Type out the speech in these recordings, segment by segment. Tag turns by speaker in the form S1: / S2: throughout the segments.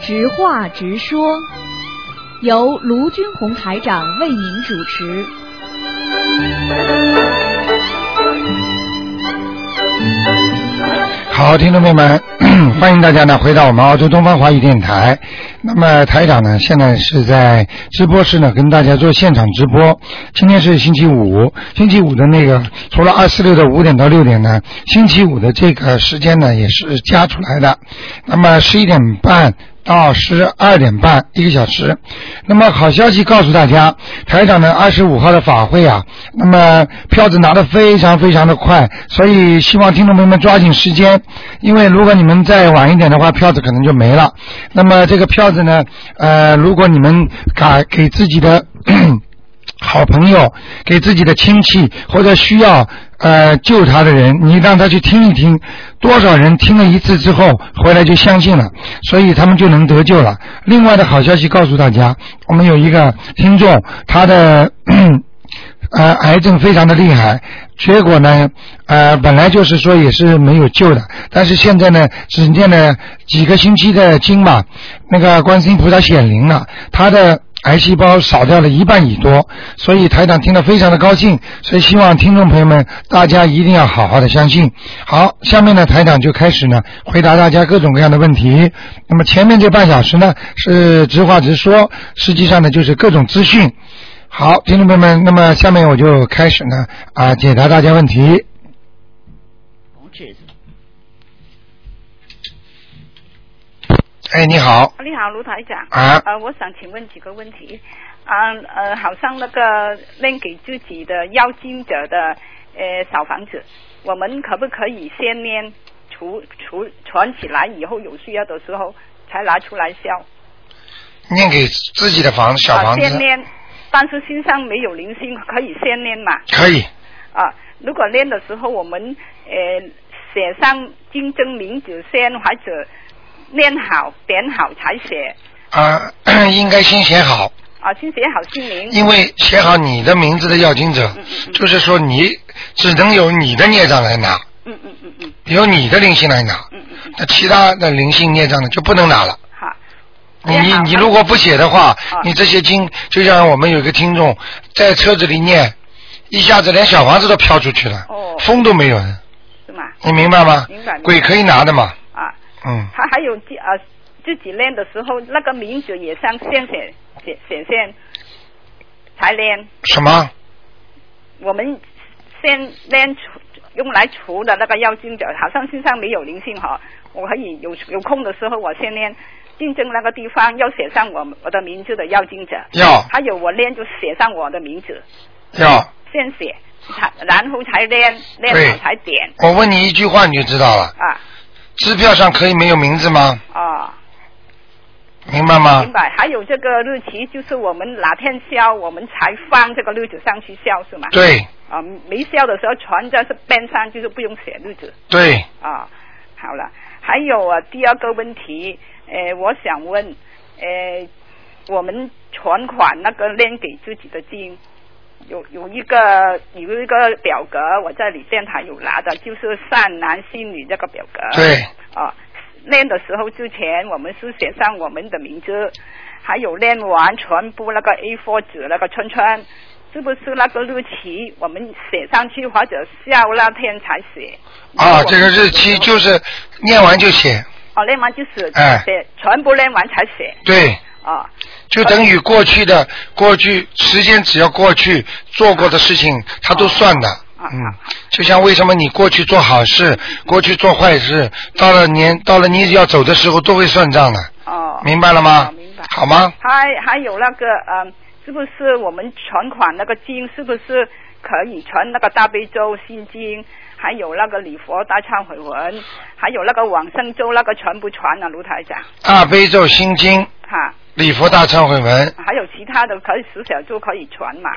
S1: 直话直说，由卢军红台长为您主持。
S2: 好，听众朋友们， 欢迎大家呢回到我们澳洲东方华语电台。那么台长呢，现在是在直播室呢跟大家做现场直播。今天是星期五，星期五的那个除了二四六的五点到六点呢，星期五的这个时间呢也是加出来的。那么十一点半。到十二点半一个小时。那么好消息告诉大家，台长呢二十五号的法会啊，那么票子拿的非常非常的快，所以希望听众朋友们抓紧时间，因为如果你们再晚一点的话，票子可能就没了。那么这个票子呢，呃，如果你们敢给自己的。好朋友给自己的亲戚或者需要呃救他的人，你让他去听一听，多少人听了一次之后回来就相信了，所以他们就能得救了。另外的好消息告诉大家，我们有一个听众，他的。呃，癌症非常的厉害，结果呢，呃，本来就是说也是没有救的，但是现在呢，只念了几个星期的经嘛，那个观世音菩萨显灵了，他的癌细胞少掉了一半以多，所以台长听得非常的高兴，所以希望听众朋友们大家一定要好好的相信。好，下面呢，台长就开始呢回答大家各种各样的问题。那么前面这半小时呢是直话直说，实际上呢就是各种资讯。好，听众朋友们，那么下面我就开始呢啊解答大家问题。
S3: 同志，
S2: 哎，你好，
S4: 你好，卢台长。
S2: 啊
S4: 呃，我想请问几个问题。啊，呃，好像那个扔给自己的要经者的呃小房子，我们可不可以先念储储存起来，以后有需要的时候才拿出来销？
S2: 念给自己的房子小
S4: 啊，
S2: 房
S4: 先
S2: 子
S4: 念，但是身上没有灵性，可以先念嘛？
S2: 可以，
S4: 啊，如果念的时候我们呃写上竞争名字先，或者念好点好才写
S2: 啊， 应该先写好，
S4: 啊，先写好姓名。
S2: 因为写好你的名字的要经者，就是说你只能有你的孽障来拿，
S4: 嗯嗯嗯嗯，
S2: 由你的灵性来拿，那其他的灵性孽障呢就不能拿了。
S4: 好。
S2: 哦你
S4: 也好
S2: 你如果不写的话
S4: 啊，
S2: 你这些经就像我们有一个听众在车子里念，一下子连小房子都飘出去了，
S4: 哦，
S2: 风都没有了，
S4: 是吗？
S2: 你明白吗？
S4: 明白。
S2: 鬼可以拿的嘛，
S4: 啊，
S2: 嗯，
S4: 他还有自呃自己练的时候，那个名字也上线写写写线才练。
S2: 什么？
S4: 我们先练除用来除的那个药精者，好像身上没有灵性哈，我可以有有空的时候我先练。竞争那个地方要写上我我的名字的要精者，
S2: 要
S4: 还有我练就写上我的名字，
S2: 要
S4: 先写，才然后才练，练
S2: 对
S4: 好才点
S2: 我问你一句话你就知道了，
S4: 啊
S2: 支票上可以没有名字吗？
S4: 哦。
S2: 明白吗
S4: 明？白，还有这个日期，就是我们哪天销，我们才放这个日子上去销，是吗？。
S2: 对
S4: 啊，没销的时候传在是边上，就是不用写日子
S2: 对，
S4: 啊。好了，还有啊，第二个问题，呃，我想问，呃，我们存款那个练给自己的金，有有一个有一个表格，我在你电台有拿的，就是善男信女这个表格。
S2: 对
S4: 啊，练的时候之前，我们是写上我们的名字，还有练完全部那个 A4 纸那个圈圈，是不是那个日期我们写上去，或者下午那天才写？
S2: 啊，这个日期就是念完就写，
S4: 哦，练完就是
S2: 哎
S4: 写，全部练完才写
S2: 对，
S4: 啊。
S2: 就等于过去的过去时间，只要过去做过的事情，它都算
S4: 啊
S2: 的。嗯，就像为什么你过去做好事，过去做坏事，到了年到了你要走的时候都会算账的，
S4: 哦，
S2: 明白了吗
S4: 哦明白。
S2: 好吗？
S4: 还还有那个嗯，是不是我们存款那个经是不是可以存那个大悲咒心经，还有那个礼佛大忏悔文，还有那个往生咒那个全部传啊，卢台长
S2: 大悲咒心经、
S4: 哈，
S2: 礼佛大忏悔文，
S4: 还有其他的可以十小咒可以存嘛？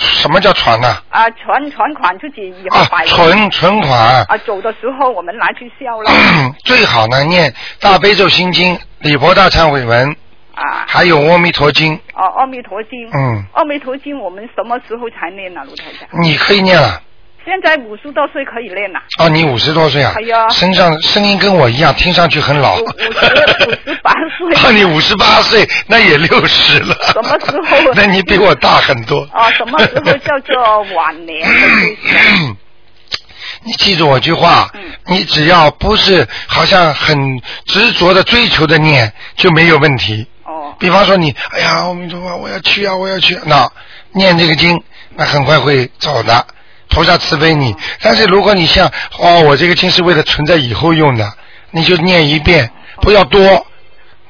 S2: 什么叫传呢、
S4: 啊，存存款自己以后
S2: 啊？
S4: 摆着
S2: 存存款。
S4: 啊，走的时候我们拿去 消了
S2: 最好呢念大悲咒心经、礼佛大忏悔文，
S4: 啊。
S2: 还有阿弥陀经。
S4: 哦，阿弥陀经，
S2: 嗯，
S4: 阿弥陀经我们什么时候才念啊，卢台长？
S2: 你可以念了，
S4: 现在五十多岁可以练了、
S2: 哦，你五十多岁啊？
S4: 哎呀
S2: 身上声音跟我一样，听上去很老。
S4: 我我是58 岁
S2: 哦，你五十八岁，那也六十了。
S4: 什么时候啊
S2: 那你比我大很多。
S4: 哦，什么时候叫做晚年 的意思？
S2: 你记住我句话，
S4: 嗯
S2: 你只要不是好像很执着的追求的念，就没有问题。
S4: 哦
S2: 比方说你，哎呀，阿弥陀佛，我要去啊，我要去、那念这个经，那很快会走的，菩萨慈悲
S4: 哦
S2: 你。但是如果你像，哦，我这个经是为了存在以后用的，你就念一遍，不要多，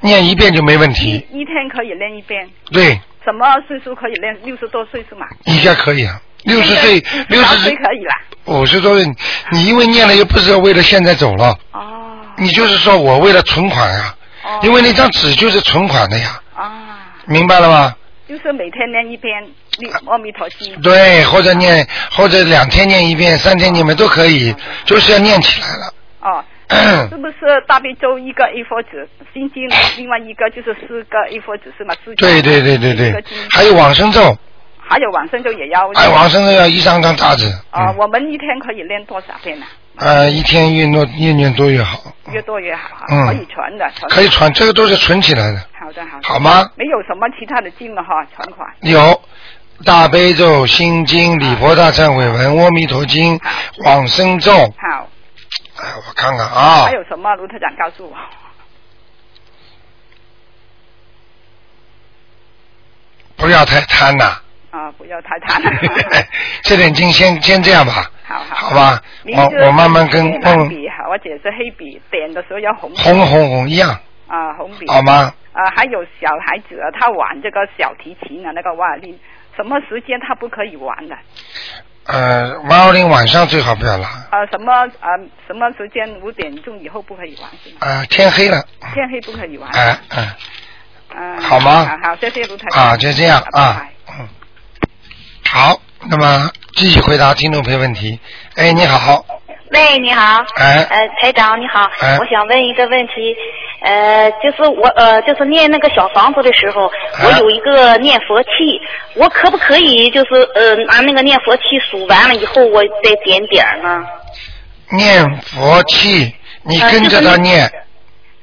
S2: 念一遍就没问题。
S4: 一天可以练一遍，
S2: 对，
S4: 什么岁数可以练？六十多岁是吗？
S2: 应该可以啊。六十岁，六
S4: 八
S2: 十
S4: 岁
S2: 岁，
S4: 可以啦。
S2: 五十多岁，你你因为念了又不是为了现在走了，
S4: 哦
S2: 你就是说我为了存款啊，
S4: 哦，
S2: 因为那张纸就是存款的呀，
S4: 啊，
S2: 明白了吗？
S4: 就是每天练一遍六阿弥陀经。
S2: 对，或者念，或者两天念一遍，三天念一遍都可以，就是要念起来了。
S4: 哦，是不是大悲咒一个 A4 纸，心经另外一个就是四个 A4 纸是吗？四张
S2: 对对对对
S4: 一个
S2: 对
S4: 经，
S2: 还有往生咒，
S4: 还有晚上就也要。
S2: 哎，往生咒要一张张大纸，
S4: 啊，
S2: 嗯，
S4: 我们一天可以练多少遍呢？
S2: 呃，一天越多越念多越好，
S4: 越多越好啊，
S2: 嗯
S4: 可以存的，存的
S2: 可以传，这个都是存起来的，
S4: 好的好的，
S2: 好吗？
S4: 没有什么其他的经了哈，存款。
S2: 有大悲咒、心经、礼佛大忏悔文、阿弥陀经、往生咒，
S4: 好，
S2: 哎，我看看啊
S4: 还，有什么？卢特长告诉我。
S2: 不要太贪呐，
S4: 啊，不要太贪了。
S2: 这点经先先这样吧，
S4: 好好
S2: 好。吧，
S4: 明知
S2: 我我慢慢跟
S4: 黑蓝
S2: 嗯，
S4: 笔或者是黑笔，点的时候要红笔
S2: 红红红一样，
S4: 啊，红笔。
S2: 好吗？
S4: 啊，还有小孩子啊，他玩这个小提琴啊的那个瓦力，什么时间他不可以玩的？
S2: 呃，王幺零晚上最好不要拉，
S4: 啊，什么啊，什么时间五点钟以后不可以玩是吗？
S2: 啊，天黑了，
S4: 天黑不可以玩。
S2: 哎、哎、
S4: 嗯，
S2: 好吗
S4: 好好，谢谢卢台长。
S2: 啊，就这样
S4: 拜拜
S2: 啊，嗯，好，那么继续回答听众朋友问题。哎，你好，
S5: 喂，你好。
S2: 哎
S5: 呃，台长你好。
S2: 哎
S5: 我想问一个问题，呃，就是我呃，就是念那个小房子的时候，
S2: 哎
S5: 我有一个念佛器，我可不可以就是呃拿那个念佛器数完了以后，我再点点儿呢？
S2: 念佛气，你跟着他念，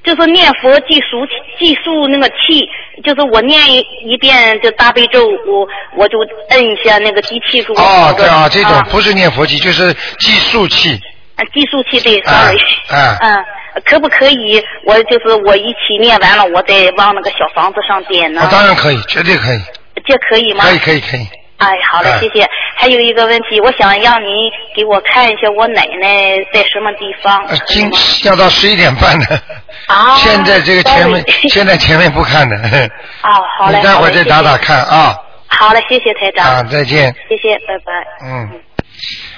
S5: 就是念佛记数记数那个气，就是我念一一遍就大悲咒，我我就摁一下那个机器给我
S2: 哦，对啊，
S5: 啊
S2: 这种不是念佛气，就是计数气，
S5: 呃计数器对
S2: 哎
S5: ，sorry。
S2: 哎
S5: 嗯，可不可以？我就是我一起念完了，我再往那个小房子上点呢
S2: 我、？哦当然可以，绝对可以，
S5: 这可以吗？
S2: 可以可以可以。
S5: 哎，好嘞
S2: 哎，
S5: 谢谢。还有一个问题，我想让您给我看一下我奶奶在什么地方。
S2: 呃，
S5: 可以
S2: 今
S5: 吗
S2: 要到十一点半的，
S5: 啊，
S2: 现在这个前面
S5: sorry
S2: 现在前面不看的，
S5: 哦，好嘞，
S2: 你待会儿
S5: 好嘞
S2: 再打打。看啊
S5: 谢谢好嘞，谢谢台长，
S2: 啊，再见。
S5: 谢谢，拜拜。
S2: 嗯，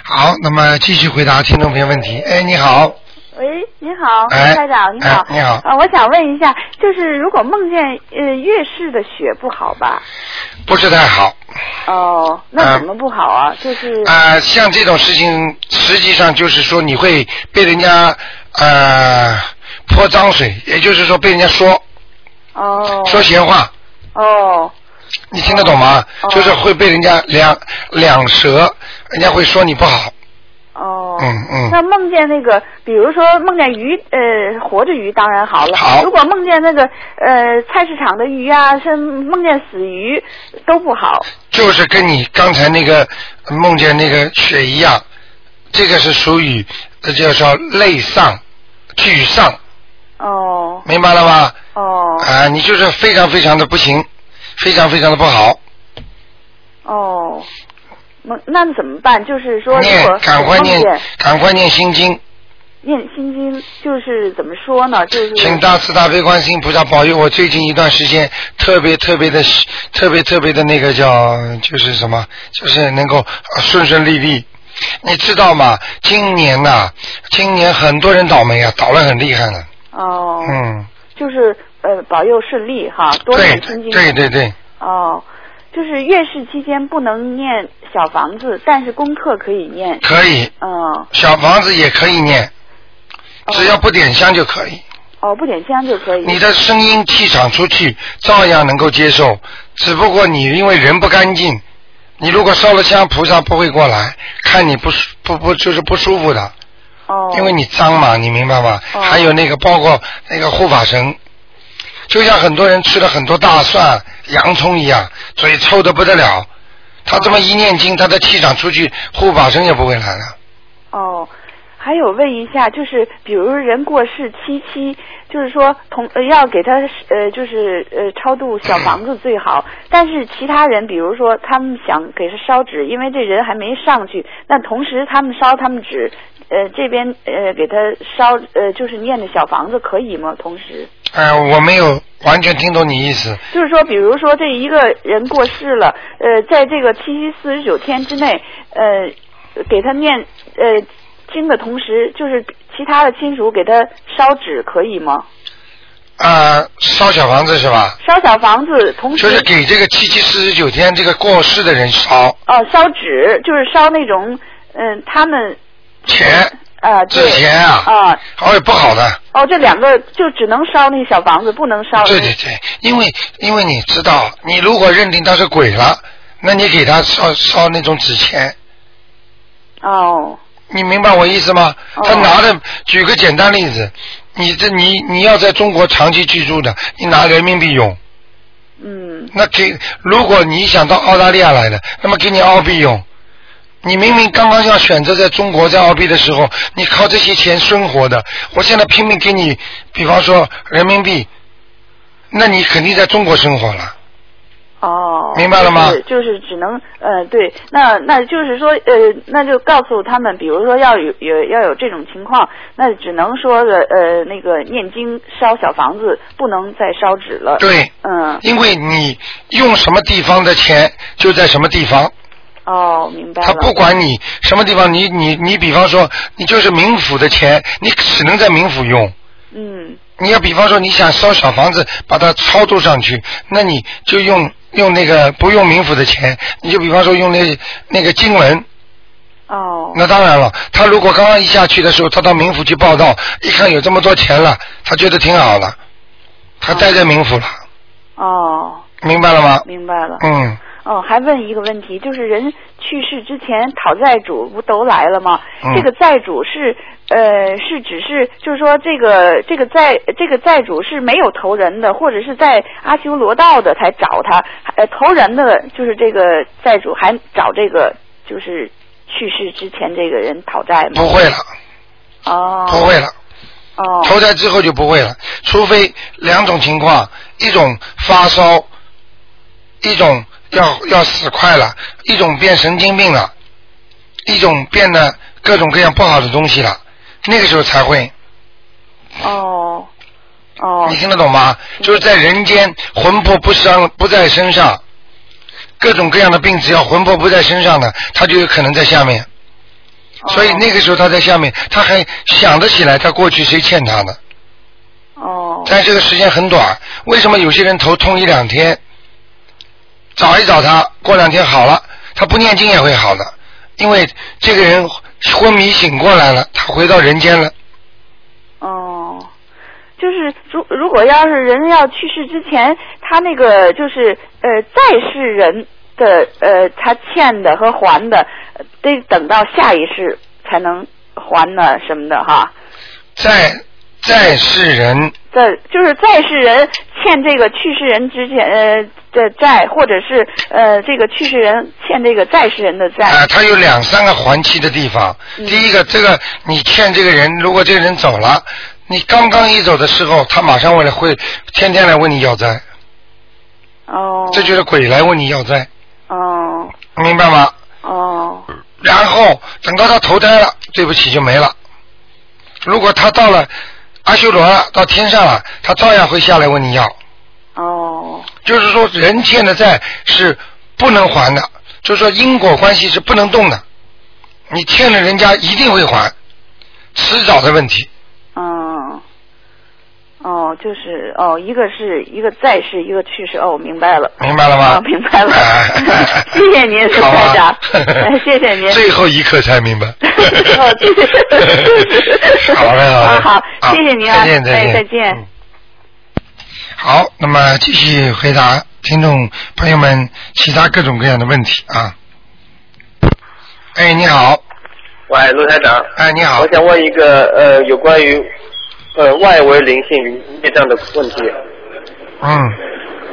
S2: 好，那么继续回答听众朋友问题。哎，你好，
S6: 喂，你好，
S2: 哎
S6: 哦台长，你好
S2: 哎，你好
S6: 啊，我想问一下，就是如果梦见呃月事的雪不好吧？
S2: 不是太好
S6: 哦，
S2: 啊
S6: 那怎么不好啊？就是
S2: 啊、呃像这种事情，实际上就是说你会被人家呃泼脏水，也就是说被人家说
S6: 哦
S2: 啊说闲话，
S6: 哦
S2: 你听得懂吗？
S6: 哦
S2: 就是会被人家两两舌，人家会说你不好。
S6: 哦，
S2: 嗯嗯
S6: 那梦见那个，比如说梦见鱼，呃，活着鱼当然好了。
S2: 好
S6: 如果梦见那个呃菜市场的鱼啊，是梦见死鱼都不好。
S2: 就是跟你刚才那个梦见那个雪一样，这个是属于这叫说泪丧、沮丧，
S6: 哦
S2: 明白了吗？
S6: 哦
S2: 啊、你就是非常非常的不行，非常非常的不好，
S6: 哦，梦那怎么办？就是说，如果
S2: 念赶快
S6: 梦见
S2: 念，赶快念心经，
S6: 念心经就是怎么说呢？就是
S2: 请大慈大悲观世音菩萨保佑我最近一段时间特别特别的特别特别的那个叫就是什么，就是能够呃顺顺利利。你知道吗？今年呐、今年很多人倒霉啊，倒了很厉害了。
S6: 哦，
S2: 嗯，
S6: 就是呃保佑顺利哈，多
S2: 对
S6: 念心经。
S2: 对对对，
S6: 哦，就是月事期间不能念小房子，但是功课可以念。
S2: 可以，
S6: 嗯，
S2: 小房子也可以念，只要不点香就可以。
S6: 哦，不点香就可以。
S2: 你的声音气场出去，照样能够接受。只不过你因为人不干净，你如果烧了香，菩萨不会过来看你不舒不不就是不舒服的，
S4: 哦，
S2: 因为你脏嘛，你明白吗？
S4: 哦
S2: 还有那个包括那个护法神，就像很多人吃了很多大蒜、洋葱一样，嘴臭的不得了。他这么一念经，他的气场出去，护法神也不会来了。
S4: 哦，还有问一下，就是比如人过世七七，就是说同、呃、要给他呃，就是呃超度小房子最好。但是其他人，比如说他们想给他烧纸，因为这人还没上去，那同时他们烧他们纸，呃这边呃给他烧呃就是念的小房子可以吗？同时
S2: 哎、我没有完全听懂你意思。
S4: 就是说，比如说这一个人过世了，呃，在这个七七四十九天之内，呃，给他念呃经的同时，就是其他的亲属给他烧纸可以吗？
S2: 啊、烧小房子是吧？
S4: 烧小房子，同时
S2: 就是给这个七七四十九天这个过世的人烧
S4: 哦、烧纸，就是烧那种嗯、他们
S2: 钱，
S4: 啊、对
S2: 纸钱啊
S4: 啊、
S2: 好也不好的。
S4: 哦这两个就只能烧那小房子，不能烧
S2: 对对对，因为因为你知道，你如果认定他是鬼了，那你给他烧烧那种纸钱，
S4: 哦
S2: 你明白我意思吗？
S4: 哦
S2: 他拿着，举个简单例子，你这你你要在中国长期居住的，你拿人民币用，
S4: 嗯
S2: 那给如果你想到澳大利亚来的，那么给你澳币用。你明明刚刚要选择在中国在澳币的时候，你靠这些钱生活的，我现在拼命给你，比方说人民币，那你肯定在中国生活了。
S4: 哦，
S2: 明白了吗
S4: 就是就是只能呃，对，那那就是说呃，那就告诉他们，比如说要有有要有这种情况，那只能说的呃那个念经烧小房子，不能再烧纸了。，
S2: 对，
S4: 嗯，
S2: 因为你用什么地方的钱就在什么地方，
S4: 哦，明白了。
S2: 他不管你什么地方，你你你，比方说你就是冥府的钱，你只能在冥府用。
S4: 嗯，
S2: 你要比方说你想烧小房子，把它超度上去，那你就用用那个不用冥府的钱，你就比方说用那那个经文。
S4: 哦，
S2: 那当然了，他如果刚刚一下去的时候，他到冥府去报道，一看有这么多钱了，他觉得挺好了，他待在冥府了，
S4: 哦，
S2: 明白了吗？
S4: 明白了。
S2: 嗯。
S4: 哦，还问一个问题，就是人去世之前讨债主不都来了吗？
S2: 嗯
S4: 这个债主是呃是只是就是说这个这个债这个债主是没有投人的，或者是在阿修罗道的才找他，呃投人的就是这个债主还找这个就是去世之前这个人讨债吗？
S2: 不会了，
S4: 哦，
S2: 不会了，
S4: 哦
S2: 投胎之后就不会了，除非两种情况，一种发烧，一种要要死快了，一种变神经病了，一种变得各种各样不好的东西了，那个时候才会，
S4: 哦哦
S2: 你听得懂吗？就是在人间魂魄不伤不在身上，各种各样的病只要魂魄不在身上的，他就有可能在下面，
S4: 哦
S2: 所以那个时候他在下面，他还想得起来他过去谁欠他的。
S4: 哦
S2: 但这个时间很短，为什么有些人头痛一两天？找一找他，过两天好了，他不念经也会好的，因为这个人昏迷醒过来了，他回到人间了。
S4: 哦，就是如如果要是人要去世之前，他那个就是呃在世人的呃他欠的和还的，呃得等到下一世才能还呢什么的哈。
S2: 在在世人，
S4: 在就是在世人欠这个去世人之前呃的债，或者是呃这个去世人欠这个在世人的债。
S2: 啊、他有两三个还期的地方。
S4: 嗯
S2: 第一个，这个你欠这个人，如果这个人走了，你刚刚一走的时候，他马上会来会天天来问你要债，
S4: 哦。
S2: 这就是鬼来问你要债，
S4: 哦
S2: 明白吗？
S4: 哦
S2: 然后等到他投胎了，对不起就没了。如果他到了阿修罗了，到天上了，他照样会下来问你要。
S4: 哦
S2: 就是说，人欠的债是不能还的，就是说因果关系是不能动的。你欠了人家一定会还，迟早的问题。
S4: 嗯，哦，就是哦，一个是一个在世，一个去世。哦，我明白了。
S2: 明白了吗
S4: 哦明白 了谢谢您卢
S2: 好
S4: 台
S2: 啊
S4: 长哎谢谢您
S2: 最后一刻才明白。
S4: 哦，对对 对，
S2: 好嘞，好嘞。
S4: 啊好，谢谢您
S2: 再
S4: 啊，
S2: 见，
S4: 哎
S2: 见，
S4: 再见。
S2: 嗯好，那么继续回答听众朋友们其他各种各样的问题啊。哎，你好，
S7: 喂，罗台长。
S2: 哎，你好
S7: 我，想问一个呃，有关于呃外围灵性与业障的问题。
S2: 嗯，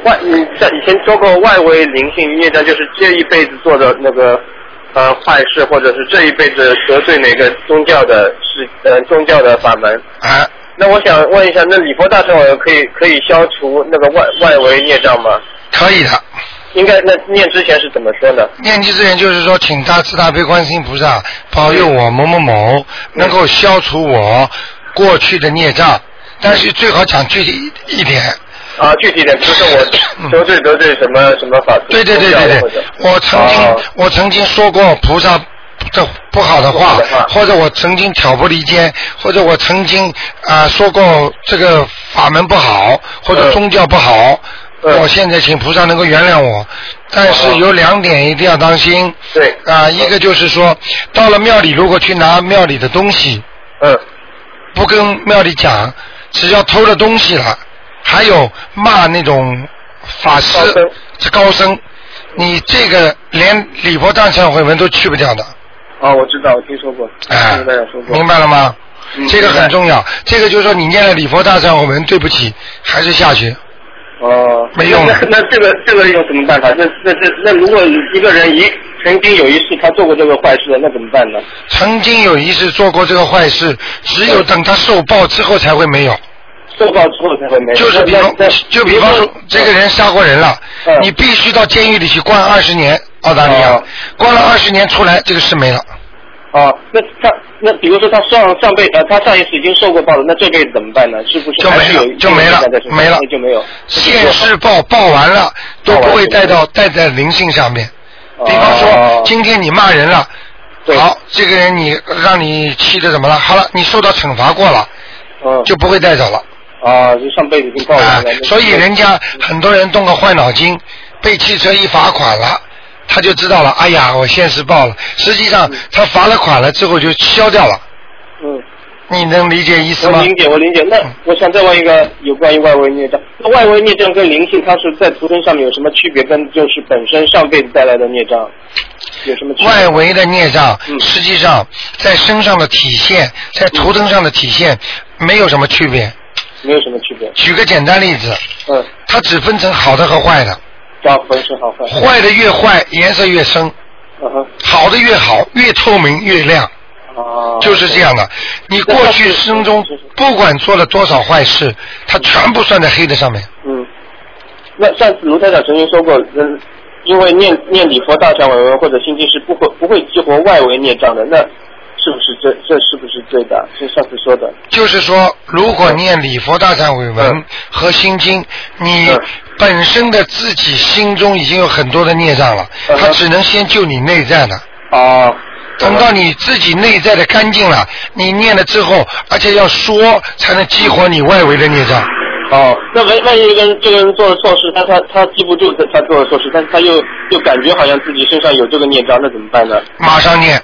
S7: 外，你像以前说过，外围灵性与业障就是这一辈子做的那个呃坏事，或者是这一辈子得罪哪个宗教的事，呃宗教的法门。
S2: 哎，
S7: 那我想问一下，那礼佛大忏悔可以可以消除那个外外围业障吗？
S2: 可以的。
S7: 应该那念之前是怎么说呢？
S2: 念经之前就是说，请大慈大悲观世音菩萨保佑我某某某能够消除我过去的孽障，但是最好讲具体一点。
S7: 啊，具体点，比如说我得罪得罪什么什么法
S2: 嗯对对对对对，我曾经我曾经说过菩萨的不好的话
S7: 啊不好的话，
S2: 或者我曾经挑拨离间，或者我曾经啊、说过这个法门不好，或者
S7: 嗯
S2: 宗教不好。
S7: 嗯
S2: 我现在请菩萨能够原谅我，但是
S7: 哦
S2: 有两点一定要当心。
S7: 对
S2: 啊，一个就是说，到了庙里如果去拿庙里的东西，
S7: 嗯
S2: 不跟庙里讲，只要偷了东西了，还有骂那种法师
S7: 高僧
S2: 是高僧，你这个连礼佛大忏悔文都去不掉的，
S7: 啊，我知道，我听说过，
S2: 哎
S7: 听大家说，过，
S2: 明白了吗？
S7: 嗯
S2: 这个
S7: 明白
S2: 很重要，这个就是说你念了礼佛大忏悔文，对不起，还是下去。
S7: 哦，
S2: 没用
S7: 那那这个这个有什么办法？那那这那如果一个人一曾经有一次他做过这个坏事，那怎么办呢？
S2: 曾经有一次做过这个坏事，只有等他受报之后才会没有。
S7: 受报之后才会没有。
S2: 就是比
S7: 哎那
S2: 方
S7: 那，
S2: 就比方说，这个人杀过人了
S7: 嗯，
S2: 你必须到监狱里去关二十年，澳大利亚
S7: 哦
S2: 关了二十年出来，这个事没了。
S7: 哦，那他那比如说他上上辈呃他上一次已经受过报了，那这辈子怎么办呢？是不是
S2: 就没了
S7: 还是有
S2: 就没了
S7: 有一个人在身上
S2: 没了
S7: 那就没有。
S2: 现世报报完了，都不会带到带在灵性上面。
S7: 哦
S2: 比方说，今天你骂人了，
S7: 对
S2: 好，这个人你让你气的怎么了？好了，你受到惩罚过了，
S7: 嗯
S2: 就不会带走了。
S7: 啊，就上辈子已经报
S2: 啊
S7: 完了，，
S2: 所以人家很多人动个坏脑筋，被汽车一罚款了，他就知道了，哎呀，我现世报了。实际上他罚了款了之后就消掉了，
S7: 嗯。
S2: 你能理解意思
S7: 我
S2: 吗？
S7: 理解，我理解。那
S2: 嗯
S7: 我想再问一个有关于外围孽障，那外围孽障跟灵性，它是在图腾上面有什么区别？跟就是本身上辈子带来的孽障有什么区别？
S2: 外围的孽障，
S7: 嗯
S2: 实际上在身上的体现，在图腾上的体现没有什么区别。
S7: 没有什么区别。
S2: 举个简单例子，
S7: 嗯，
S2: 它只分成好的和坏的，
S7: 叫浑身好坏。
S2: 坏的越坏颜色越深，
S7: 嗯哼。
S2: 好的越好，越透明越亮。
S7: 啊。
S2: 就是这。样的。你过去生中不管做了多少坏事，他全部算在黑的上面。
S7: 嗯。那上次卢台长曾经说过，嗯，因为念念礼佛大忏悔文或者心经是不会不会激活外围孽障的，那是不是这这是不是对的？是上次说的。
S2: 就是说，如果念礼佛大忏悔文
S7: 嗯
S2: 和心经，你
S7: 嗯
S2: 本身的自己心中已经有很多的孽障了，
S7: 嗯
S2: 他
S7: 哼
S2: 只能先救你内在的。
S7: 啊。
S2: 等到你自己内在的干净了，你念了之后，而且要说才能激活你外围的孽障。
S7: 哦，那万万一这个人这个人做了错事，但他他记不住他他做了错事，但是他又又感觉好像自己身上有这个孽障，那怎么办呢？
S2: 马上念，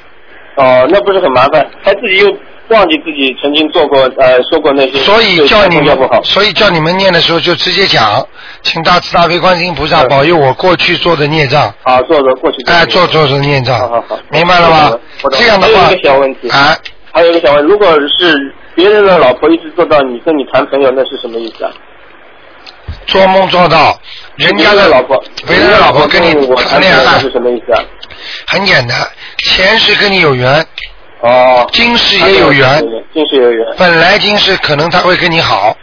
S7: 哦，那不是很麻烦，他自己又忘记自己曾经做过呃说过那些，
S2: 所以叫你
S7: 要
S2: 们
S7: 不好，。
S2: 所以叫你们念的时候就直接讲，请大慈大悲观世音菩萨
S7: 嗯
S2: 保佑我过去做的孽障，
S7: 啊，做的过去的
S2: 哎，做做做孽
S7: 好好
S2: 障
S7: 好，
S2: 明白了
S7: 我懂
S2: 吗
S7: 了我？懂了
S2: 这样的话
S7: 还有一个小问，题
S2: 哎，
S7: 还有一个想问，如果是别人的老婆一直做到你跟你谈朋友，那是什么意思啊？
S2: 做梦做到人家
S7: 别
S2: 的
S7: 人老婆，
S2: 别人的老婆跟你
S7: 我
S2: 谈
S7: 谈
S2: 恋
S7: 朋友
S2: 爱哎
S7: 是，什么意思啊？
S2: 很简单，前世跟你有缘，
S7: 哦，
S2: 今世也有缘，，
S7: 今世有缘，
S2: 本来今世可能他会跟你好，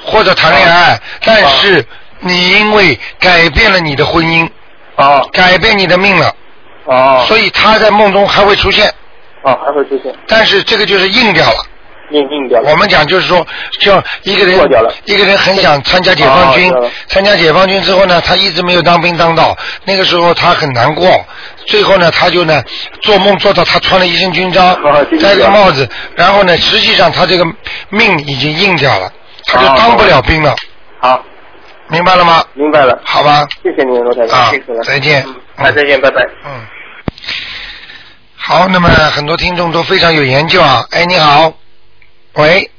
S2: 或者谈恋爱，但是你因为改变了你的婚姻，
S7: 哦
S2: 改变你的命了。
S7: 哦
S2: 所以他在梦中还会出现，
S7: 哦，还会出现
S2: 但是这个就是硬掉了。
S7: 命硬掉了。
S2: 我们讲就是说，就一个人
S7: 过掉了
S2: 一个人很想参加解放军
S7: 哦对了，
S2: 参加解放军之后呢，他一直没有当兵当到，那个时候他很难过。最后呢，他就呢做梦做到他穿了一身军装
S7: 哦，这个
S2: 戴个
S7: 了
S2: 帽子，然后呢，实际上他这个命已经硬掉了，他就
S7: 哦
S2: 当不了兵了，
S7: 好，
S2: 明白了吗？
S7: 明白了，
S2: 好吧，
S7: 谢谢您，罗台长，
S2: 啊
S7: 谢谢了，，
S2: 再见。嗯
S7: 那再见，拜拜。
S2: 嗯，好，那么很多听众都非常有研究啊。哎，你好，喂，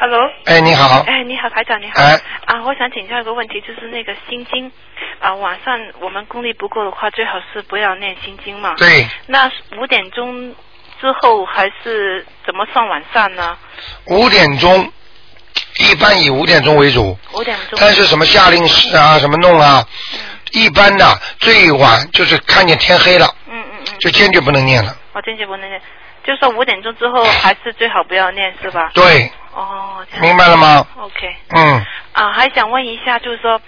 S8: Hello。
S2: 哎，你好，
S8: 哎，你好，台长，你好。
S2: 哎
S8: 啊，我想请教一个问题，就是那个心经，啊，晚上我们功力不够的话，最好是不要念心经嘛。。
S2: 对
S8: 那五点钟之后还是怎么算晚上呢？
S2: 五点钟，一般以五点钟为主，
S8: 五点钟。
S2: 但是什么夏令时啊，
S8: 嗯
S2: 什么弄啊，一般的最晚就是看见天黑了，
S8: 嗯嗯嗯，
S2: 就坚决不能念了。
S8: 我坚决不能念，就说五点钟之后还是最好不要念，是吧？。
S2: 对，
S8: 哦。这样
S2: 明白了吗？
S8: OK。
S2: 嗯，
S8: 啊，还想问一下，就是说，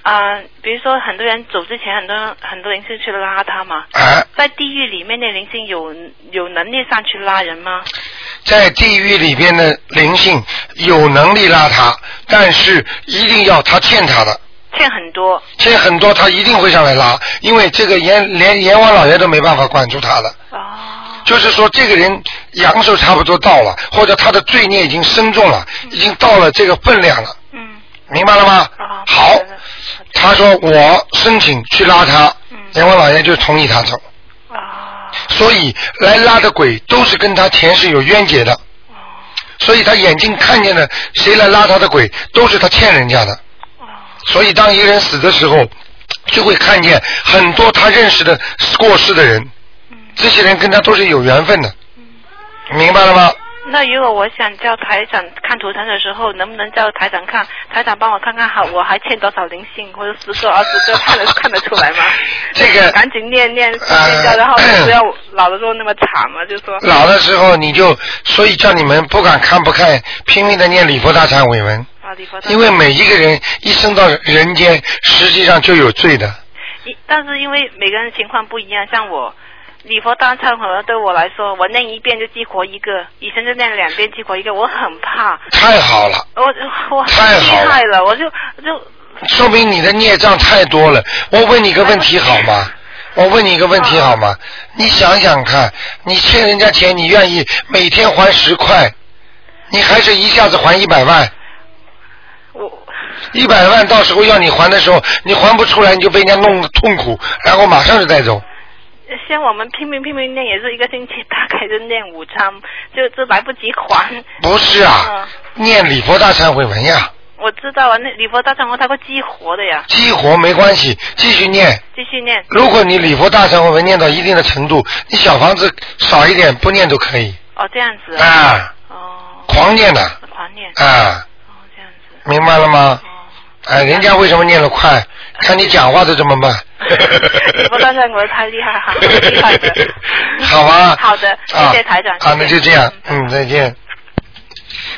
S8: 啊、比如说很多人走之前，很多人很多灵性去拉他嘛，
S2: 哎，
S8: 在地狱里面的灵性有有能力上去拉人吗？
S2: 在地狱里边的灵性有能力拉他，但是一定要他欠他的，
S8: 欠很多，
S2: 欠很多他一定会上来拉，因为这个阎连阎王老爷都没办法管住他了。
S8: 哦
S2: 就是说，这个人阳寿差不多到了，或者他的罪孽已经深重了，已经到了这个分量了。嗯，明啊白了吗？
S8: 哦
S2: 好，他说我申请去拉他，阎王老爷就同意他走。
S8: 哦
S2: 所以来拉的鬼都是跟他前世有冤结的。所以他眼睛看见的谁来拉他的鬼，都是他欠人家的。
S8: 哦
S2: 所以当一个人死的时候，就会看见很多他认识的过世的人，这些人跟他都是有缘分的，明白了吗？
S8: 那如果我想叫台长看图腾的时候，能不能叫台长看？台长帮我看看好，我还欠多少灵性，或者十 个、二十个，看得看得出来吗？
S2: 这个 呃
S8: 赶紧念念念掉，然后不要老的时候那么惨嘛，就说
S2: 老的时候你就，所以叫你们不管看不看，拼命的念礼佛大忏悔文，
S8: 啊
S2: 因为每一个人一生到人间，实际上就有罪的。
S8: 一，但是因为每个人情况不一样，像我。礼佛当忏悔文对我来说，我念一遍就激活一个，以前就念两遍激活一个，我很怕，
S2: 太好了，
S8: 我我太厉害了，我就就
S2: 说明你的孽障太多了。我问你个问题好吗？我问你一个问题好吗？你想想看，你欠人家钱，你愿意每天还十块，你还是一下子还一百万？一百万到时候要你还的时候，你还不出来，你就被人家弄痛苦，然后马上就带走。
S8: 像我们拼命拼命念，也是一个星期大概就念五张，就就来不及还。
S2: 不是啊，念礼佛大忏悔文呀，
S8: 我知道啊，那礼佛大忏悔它会激活的呀。
S2: 激活没关系，继续念。
S8: 继续念。
S2: 如果你礼佛大忏悔文念到一定的程度，你小房子少一点不念都可以
S8: 哦，这样子哦
S2: 啊。狂念的
S8: 狂念。哦
S2: 啊。明白了吗？哎，人家为什么念得快？看你讲话都这么慢。
S8: 礼佛大忏悔太厉 害，好厉害的。
S2: 好吧。
S8: 好的，谢谢台长。
S2: 啊，那就这样，嗯，再见。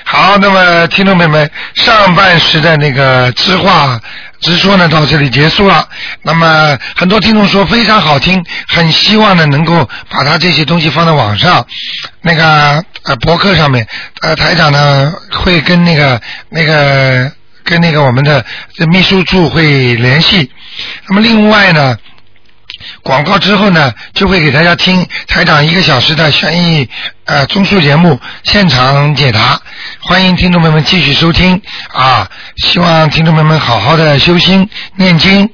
S2: 好，那么听众朋友们，上半时的那个直话直说呢，到这里结束了。那么很多听众说非常好听，很希望呢能够把他这些东西放到网上，那个呃博客上面，呃台长呢会跟那个那个跟那个我们的这秘书处会联系。那么另外呢，广告之后呢，就会给大家听台长一个小时的悬疑呃综述节目现场解答，欢迎听众朋友们继续收听啊！希望听众朋友们好好的修心念经。